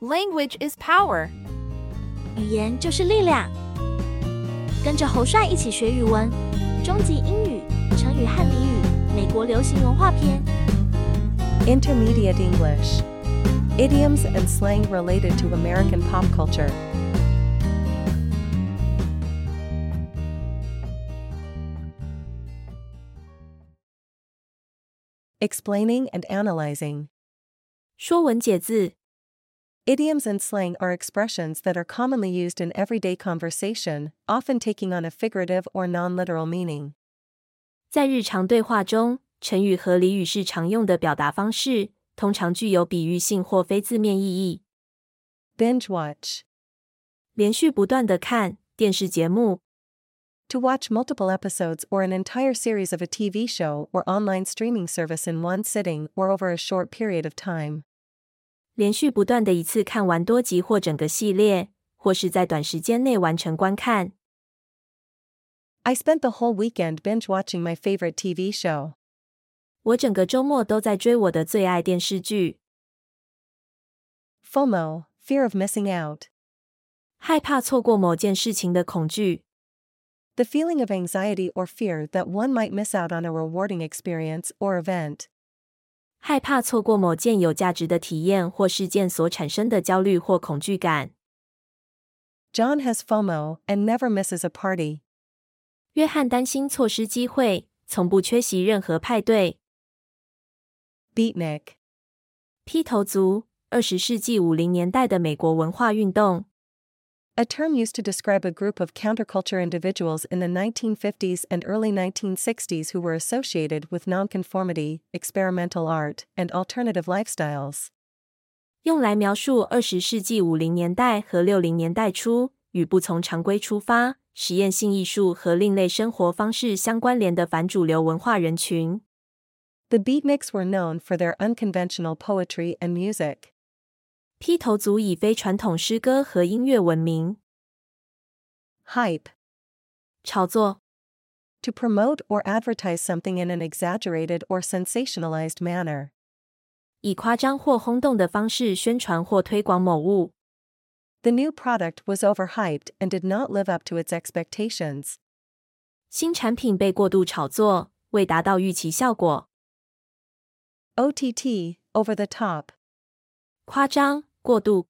Language is power. 语言就是力量。跟着侯帅一起学语文，终极英语、成语和俚语、美国流行文化篇。 Intermediate English. Idioms and slang related to American pop culture. explaining and analyzing. 说文解字， Idioms and slang are expressions that are commonly used in everyday conversation, often taking on a figurative or non literal meaning. 在日常对话中，成语和俚语是常用的表达方式，通常具有比喻性或非字面意义。 Binge watch. 连续不断的看电视节目， To watch multiple episodes or an entire series of a TV show or online streaming service in one sitting or over a short period of time. 连续不断的一次看完多集或整个系列，或是在短时间内完成观看。 I spent the whole weekend binge watching my favorite TV show. 我整个周末都在追我的最爱电视剧。 FOMO, fear of missing out. 害怕错过某件事情的恐惧， The feeling of anxiety or fear that one might miss out on a rewarding experience or event. 害怕错过某件有价值的体验或事件所产生的焦虑或恐惧感。 John has FOMO and never misses a party. 约翰担心错失机会，从不缺席任何派对。 Beatnik. 披头族，二十世纪五零年代的美国文化运动， A term used to describe a group of counterculture individuals in the 1950s and early 1960s who were associated with nonconformity, experimental art, and alternative lifestyles. 用来描述二十世纪五零年代和六零年代初与不从常规出发、实验性艺术和另类生活方式相关联的反主流文化人群。 The Beatniks were known for their unconventional poetry and music. 披头族以非传统诗歌和音乐闻名， Hype. 炒作、 To promote or advertise something in an exaggerated or sensationalized manner. 以夸张或轰动的方式宣传或推广某物。 The new product was overhyped and did not live up to its expectations. 新产品被过度炒作，未达到预期效果。 OTT, over the top. 夸张、过度、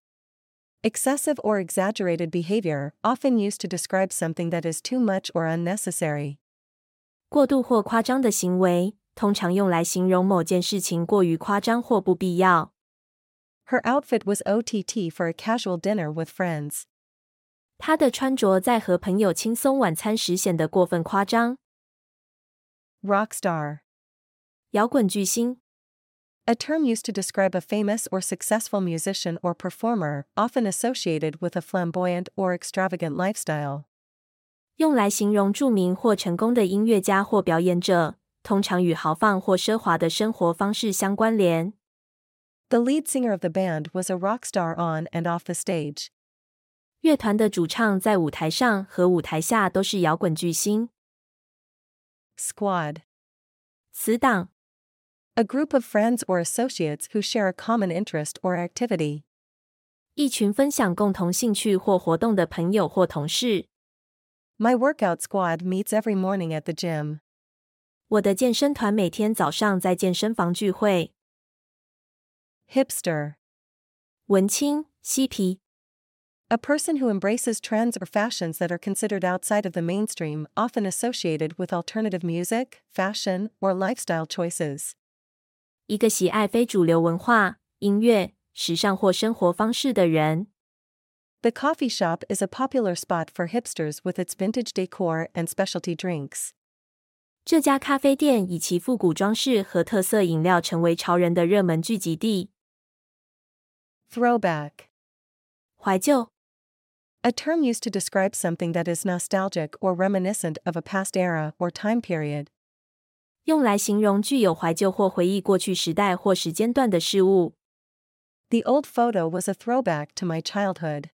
Excessive or exaggerated behavior, often used to describe something that is too much or unnecessary. 过度或夸张的行为，通常用来形容某件事情过于夸张或不必要。 Her outfit was OTT for a casual dinner with friends. 他的穿着在和朋友轻松晚餐时显得过分夸张。 Rock star. 摇滚巨星 A term used to describe a famous or successful musician or performer, often associated with a flamboyant or extravagant lifestyle. 用来形容著名或成功的音乐家或表演者，通常与豪放或奢华的生活方式相关联。 The lead singer of the band was a rock star on and off the stage. 乐团的主唱在舞台上和舞台下都是摇滚巨星。 Squad. 死党 A group of friends or associates who share a common interest or activity. 一群分享共同兴趣或活动的朋友或同事。 My workout squad meets every morning at the gym. 我的健身团每天早上在健身房聚会。 Hipster. 文青、嬉皮、 A person who embraces trends or fashions that are considered outside of the mainstream, often associated with alternative music, fashion, or lifestyle choices. 一个喜爱非主流文化、音乐、时尚或生活方式的人。 The coffee shop is a popular spot for hipsters with its vintage decor and specialty drinks. 这家咖啡店以其复古装饰和特色饮料成为潮人的热门聚集地。 Throwback. 怀旧 A term used to describe something that is nostalgic or reminiscent of a past era or time period. 用来形容具有怀旧或回忆过去时代或时间段的事物。 The old photo was a throwback to my childhood.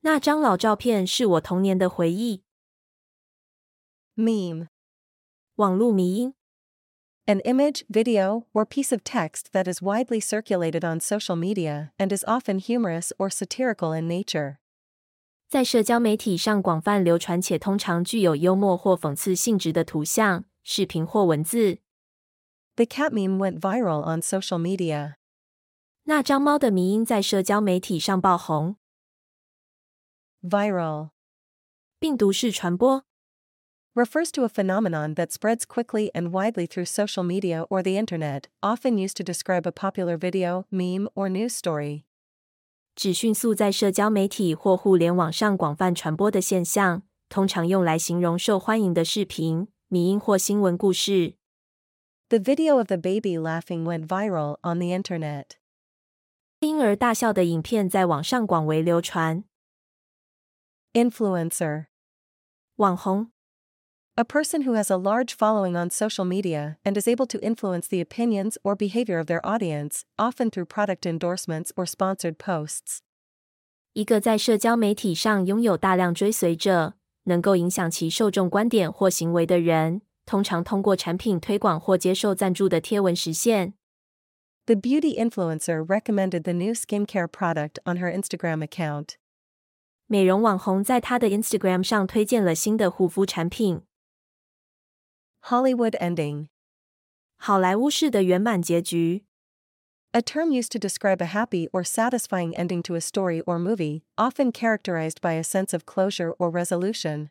那张老照片是我童年的回忆。 Meme. 网络迷音。 An image, video, or piece of text that is widely circulated on social media and is often humorous or satirical in nature. 在社交媒体上广泛流传且通常具有幽默或讽刺性质的图像、视频或文字。 The cat meme went viral on social media. 那张猫的迷因在社交媒体上爆红。 Viral 病毒式传播 refers to a phenomenon that spreads quickly and widely through social media or the internet, often used to describe a popular video, meme, or news story. 指迅速在社交媒体或互联网上广泛传播的现象，通常用来形容受欢迎的视频、迷因或新闻故事。 The video of the baby laughing went viral on the internet. 婴儿大笑的影片在网上广为流传。 Influencer 网红 A person who has a large following on social media and is able to influence the opinions or behavior of their audience, often through product endorsements or sponsored posts. 一个在社交媒体上拥有大量追随者，能够影响其受众观点或行为的人，通常通过产品推广或接受赞助的贴文实现。 The beauty influencer recommended the new skincare product on her Instagram account. 美容网红在他的 Instagram 上推荐了新的护肤产品。 Hollywood ending. 好莱坞式的圆满结局 A term used to describe a happy or satisfying ending to a story or movie, often characterized by a sense of closure or resolution.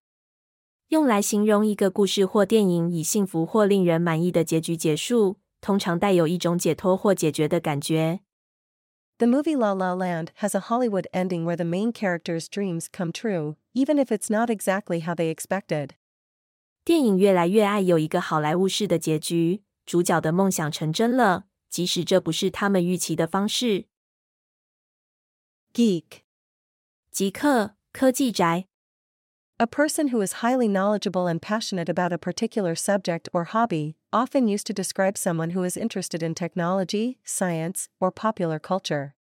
用来形容一个故事或电影以幸福或令人满意的结局结束，通常带有一种解脱或解决的感觉。 The movie La La Land has a Hollywood ending where the main character's dreams come true, even if it's not exactly how they expected. 电影《越来越爱》有一个好莱坞式的结局，主角的梦想成真了，即使这不是他们预期的方式。 Geek. 极客科技宅 A person who is highly knowledgeable and passionate about a particular subject or hobby, often used to describe someone who is interested in technology, science, or popular culture.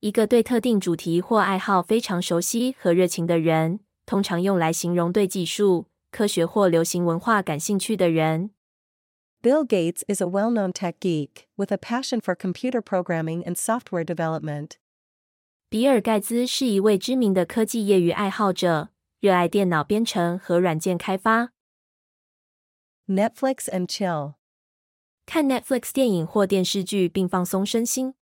一个对特定主题或爱好非常熟悉和热情的人，通常用来形容对技术、科学或流行文化感兴趣的人。 Bill Gates is a well known tech geek with a passion for computer programming and software development. 比尔·盖茨是一位知名的科技业余爱好者，热爱电脑编程和软件开发。 Netflix and chill. 看 Netflix 电影或电视剧并放松身心。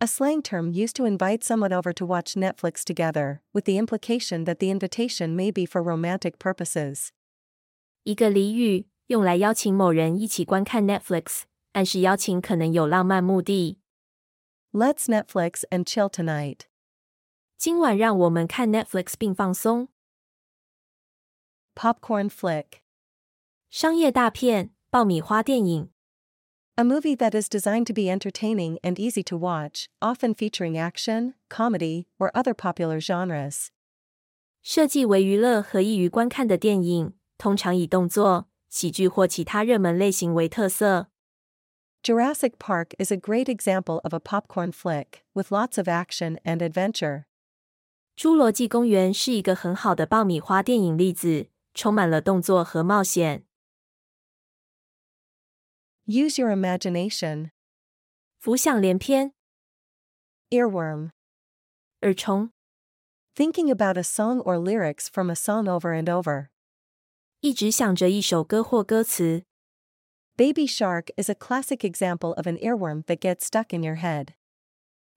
A slang term used to invite someone over to watch Netflix together, with the implication that the invitation may be for romantic purposes. 一个俚语用来邀请某人一起观看 Netflix，暗示邀请可能有浪漫目的。 Let's Netflix and chill tonight. 今晚让我们看 Netflix 并放松。 Popcorn flick. 商业大片、爆米花电影 A movie that is designed to be entertaining and easy to watch, often featuring action, comedy, or other popular genres. 设计为娱乐和易于观看的电影，通常以动作、喜剧或其他热门类型为特色。 Jurassic Park is a great example of a popcorn flick, with lots of action and adventure. 《侏罗纪公园》是一个很好的爆米花电影例子，充满了动作和冒险。 Use your imagination. 浮想联翩， Earworm. 耳虫， Thinking about a song or lyrics from a song over and over. 一直想着一首歌或歌词。 Baby Shark is a classic example of an earworm that gets stuck in your head.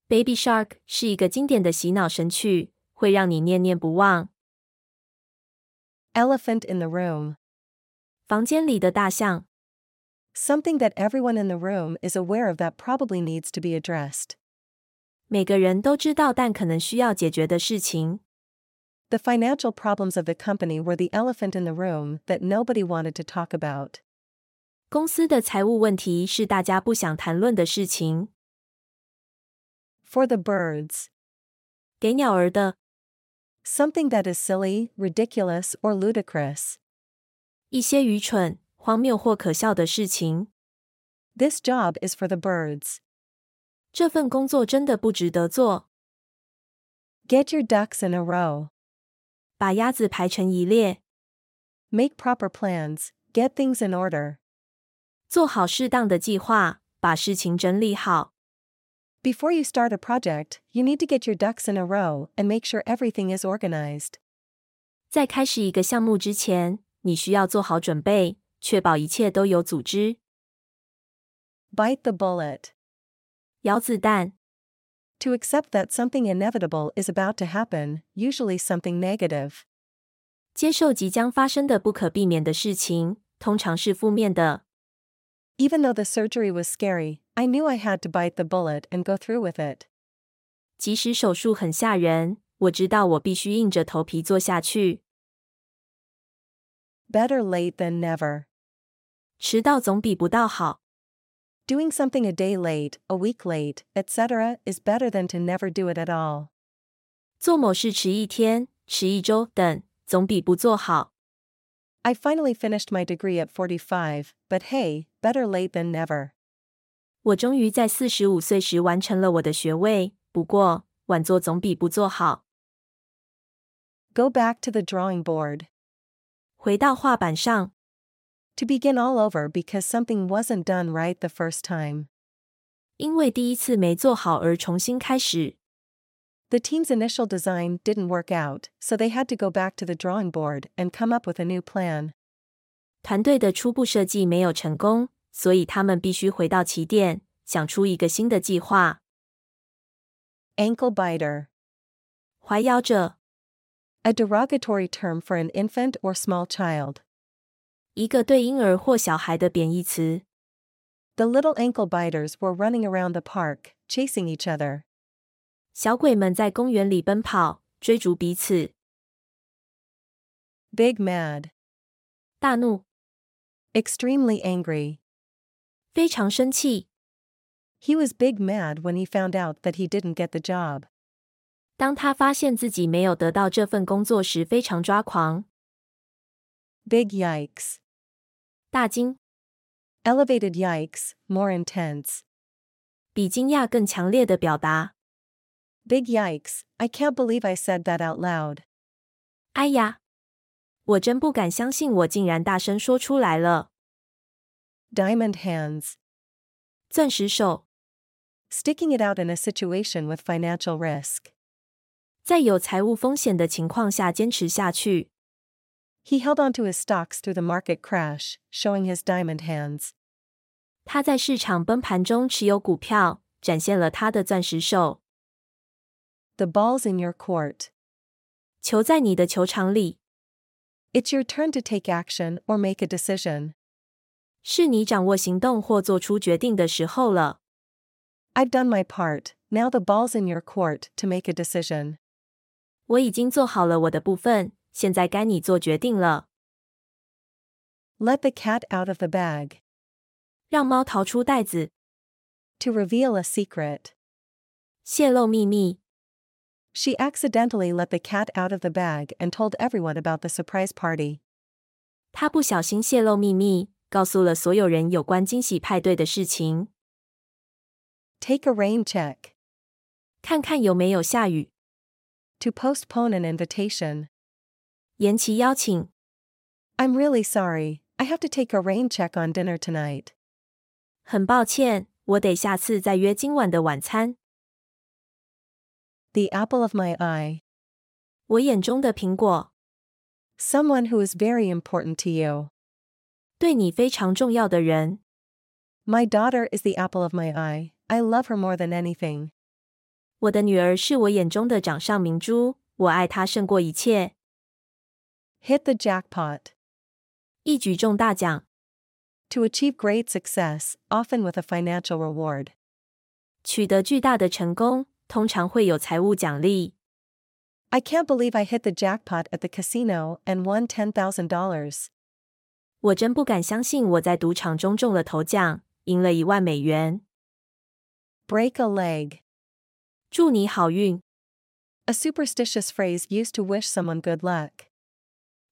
Baby Shark 是一个经典的洗脑神曲，会让你念念不忘。 Elephant in the room. 房间里的大象， Something that everyone in the room is aware of that probably needs to be addressed. 每个人都知道，但可能需要解决的事情。 The financial problems of the company were the elephant in the room that nobody wanted to talk about. 公司的财务问题是大家不想谈论的事情。 For the birds, 给鸟儿的 something that is silly, ridiculous, or ludicrous. 一些愚蠢、荒谬或可笑的事情。 This job is for the birds. 这份工作真的不值得做。 Get your ducks in a row. 把鸭子排成一列， Make proper plans, get things in order. 做好适当的计划，把事情整理好。 Before you start a project, you need to get your ducks in a row and make sure everything is organized. 在开始一个项目之前，你需要做好准备，确保一切都有组织。 Bite the bullet. 摇子弹， To accept that something inevitable is about to happen, usually something negative. 接受即将发生的不可避免的事情，通常是负面的。 Even though the surgery was scary, I knew I had to bite the bullet and go through with it. 即使手术很吓人，我知道我必须硬着头皮做下去。 Better late than never. 迟到总比不到好。 Doing something a day late, a week late, etc., is better than to never do it at all. 做某事迟一天、迟一周等，总比不做好。 I finally finished my degree at 45, but hey, better late than never. 我终于在四十五岁时完成了我的学位，不过晚做总比不做好。 Go back to the drawing board. 回到画板上， To begin all over because something wasn't done right the first time. 因为第一次没做好而重新开始。 The team's initial design didn't work out, so they had to go back to the drawing board and come up with a new plan. 团队的初步设计没有成功，所以他们必须回到起点，想出一个新的计划。 Ankle biter. 怀摇者， A derogatory term for an infant or small child. 一个对婴儿或小孩的贬义词。 The little ankle biters were running around the park, chasing each other. 小鬼们在公园里奔跑，追逐彼此， Big mad. 大怒， Extremely angry. 非常生气。 He was big mad when he found out that he didn't get the job. 当他发现自己没有得到这份工作时，非常抓狂， Big yikes. 大惊， Elevated yikes, more intense. 比惊讶更强烈的表达。 Big yikes, I can't believe I said that out loud. 哎呀，我真不敢相信，我竟然大声说出来了。 Diamond hands. 钻石手， Sticking it out in a situation with financial risk. 在有财务风险的情况下坚持下去。 He held onto his stocks through the market crash, showing his diamond hands. 他在市场崩盘中持有股票，展现了他的钻石手。 The ball's in your court. 球在你的球场里， It's your turn to take action or make a decision. 是你掌握行动或做出决定的时候了。 I've done my part, now the ball's in your court to make a decision. 我已经做好了我的部分，现在该你做决定了。 Let the cat out of the bag. 让猫逃出袋子， To reveal a secret. 泄露秘密。 She accidentally let the cat out of the bag and told everyone about the surprise party. 他不小心泄露秘密，告诉了所有人有关惊喜派对的事情。 Take a rain check. 看看有没有下雨， To postpone an invitation. 延期邀请。 I'm really sorry, I have to take a rain check on dinner tonight. 很抱歉，我得下次再约今晚的晚餐。 The apple of my eye. 我眼中的苹果， Someone who is very important to you. 对你非常重要的人。 My daughter is the apple of my eye, I love her more than anything. 我的女儿是我眼中的掌上明珠，我爱她胜过一切， Hit the jackpot. 一举中大奖。 To achieve great success, often with a financial reward. 取得巨大的成功，通常会有财务奖励。 I can't believe I hit the jackpot at the casino and won $10,000. 我真不敢相信我在赌场中中了头奖，赢了一万美元。 Break a leg. 祝你好运， A superstitious phrase used to wish someone good luck.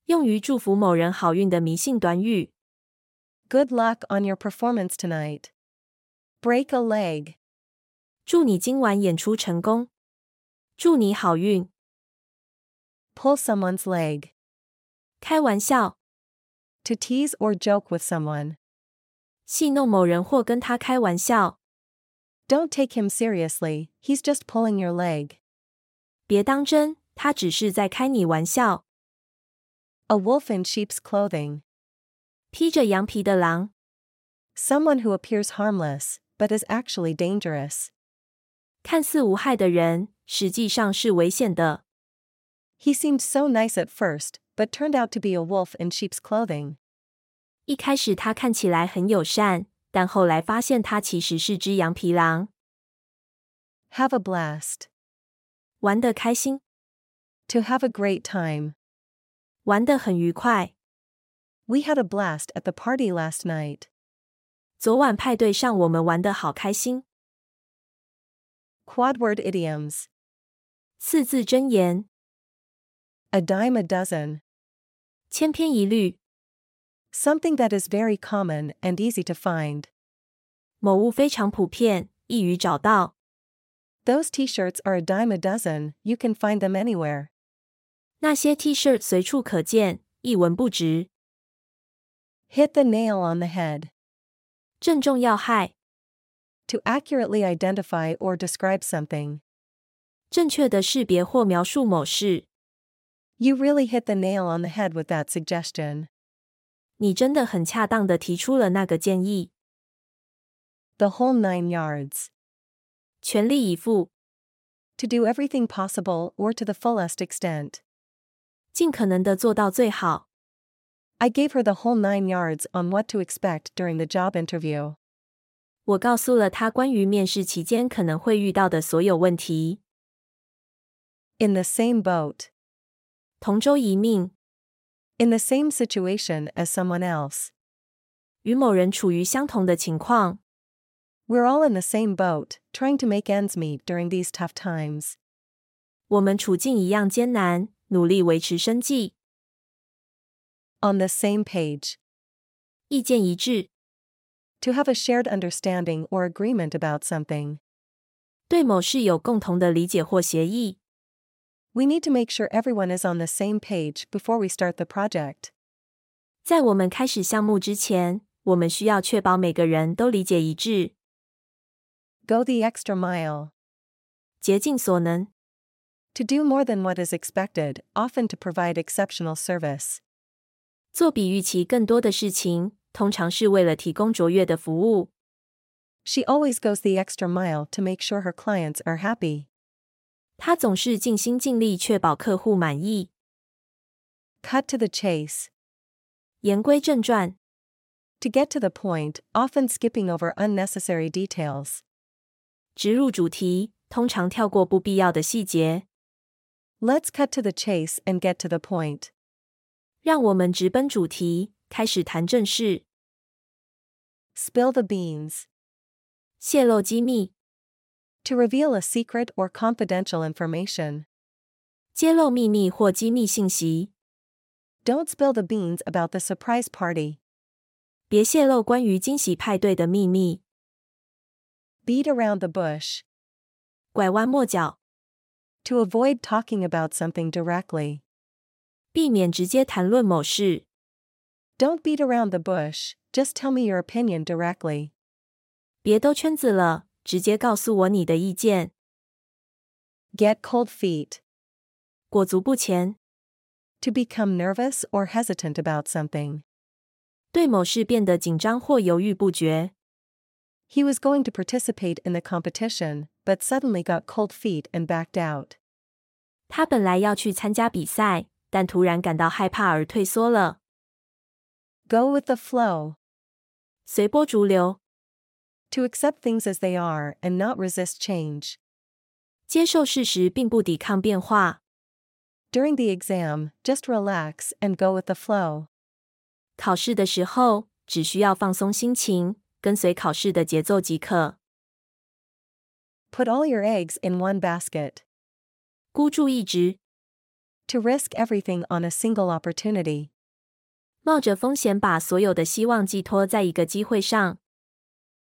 用于祝福某人好运的迷信短语。 Good luck on your performance tonight. Break a leg. 祝你今晚演出成功，祝你好运。 Pull someone's leg. 开玩笑， To tease or joke with someone. 戏弄某人或跟他开玩笑。 Don't take him seriously, he's just pulling your leg. 别当真，他只是在开你玩笑。 A wolf in sheep's clothing. 披着羊皮的狼， Someone who appears harmless, but is actually dangerous. 看似无害的人，实际上是危险的。 He seemed so nice at first, but turned out to be a wolf in sheep's clothing. 一开始他看起来很友善，但后来发现他其实是只羊皮狼， Have a blast. 玩得开心， To have a great time. 玩得很愉快。 We had a blast at the party last night. 昨晚派对上我们玩得好开心。 Quadword idioms. 四字真言， A dime a dozen. 千篇一律， Something that is very common and easy to find. 某物非常普遍，易于找到。 Those t shirts are a dime a dozen, you can find them anywhere. 那些 T 恤随处可见，一文不值， Hit the nail on the head. 正中要害。 To accurately identify or describe something. 正确的识别或描述某事， You really hit the nail on the head with that suggestion. 你真的很恰当的提出了那个建议， The whole nine yards. 全力以赴， To do everything possible or to the fullest extent. 尽可能的做到最好。 I gave her the whole nine yards on what to expect during the job interview. 我告诉了他关于面试期间可能会遇到的所有问题。 In the same boat. 同舟一命， In the same situation as someone else. 与某人处于相同的情况， We're all in the same boat, trying to make ends meet during these tough times. 我们处境一样艰难，努力维持生计， On the same page. 意见一致， To have a shared understanding or agreement about something. 对某事有共同的理解或协议。 We need to make sure everyone is on the same page before we start the project. 在我们开始项目之前，我们需要确保每个人都理解一致， Go the extra mile. 竭尽所能， To do more than what is expected, often to provide exceptional service. 做比预期更多的事情，通常是为了提供卓越的服务。 She always goes the extra mile to make sure her clients are happy. 他总是尽心尽力确保客户满意。 Cut to the chase. 言归正传， To get to the point, often skipping over unnecessary details. 直入主题，通常跳过不必要的细节， Let's cut to the chase and get to the point. 让我们直奔主题，开始谈正事， Spill the beans. 泄露机密， To reveal a secret or confidential information. 揭露秘密或机密信息， Don't spill the beans about the surprise party. 别泄露关于惊喜派对的秘密， Beat around the bush. 拐弯抹角， To avoid talking about something directly. 避免直接谈论某事， Don't beat around the bush, just tell me your opinion directly. 别兜圈子了，直接告诉我你的意见， Get cold feet. 裹足不前， To become nervous or hesitant about something. 对某事变得紧张或犹豫不决， He was going to participate in the competition, but suddenly got cold feet and backed out. 他本来要去参加比赛，但突然感到害怕而退缩了。 Go with the flow. 随波逐流， To accept things as they are and not resist change. 接受事实并不抵抗变化。 During the exam, just relax and go with the flow. 考试的时候，只需要放松心情，跟随考试的节奏即可。 Put all your eggs in one basket. 孤注一掷， To risk everything on a single opportunity. 冒着风险把所有的希望寄托在一个机会上。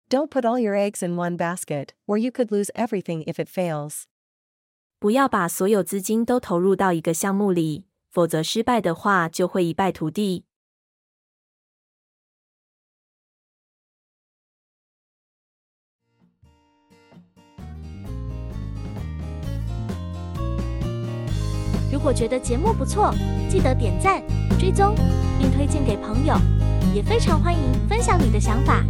Don't put all your eggs in one basket, or you could lose everything if it fails. 不要把所有资金都投入到一个项目里，否则失败的话就会一败涂地。果觉得节目不错，记得点赞、追踪，并推荐给朋友。也非常欢迎分享你的想法。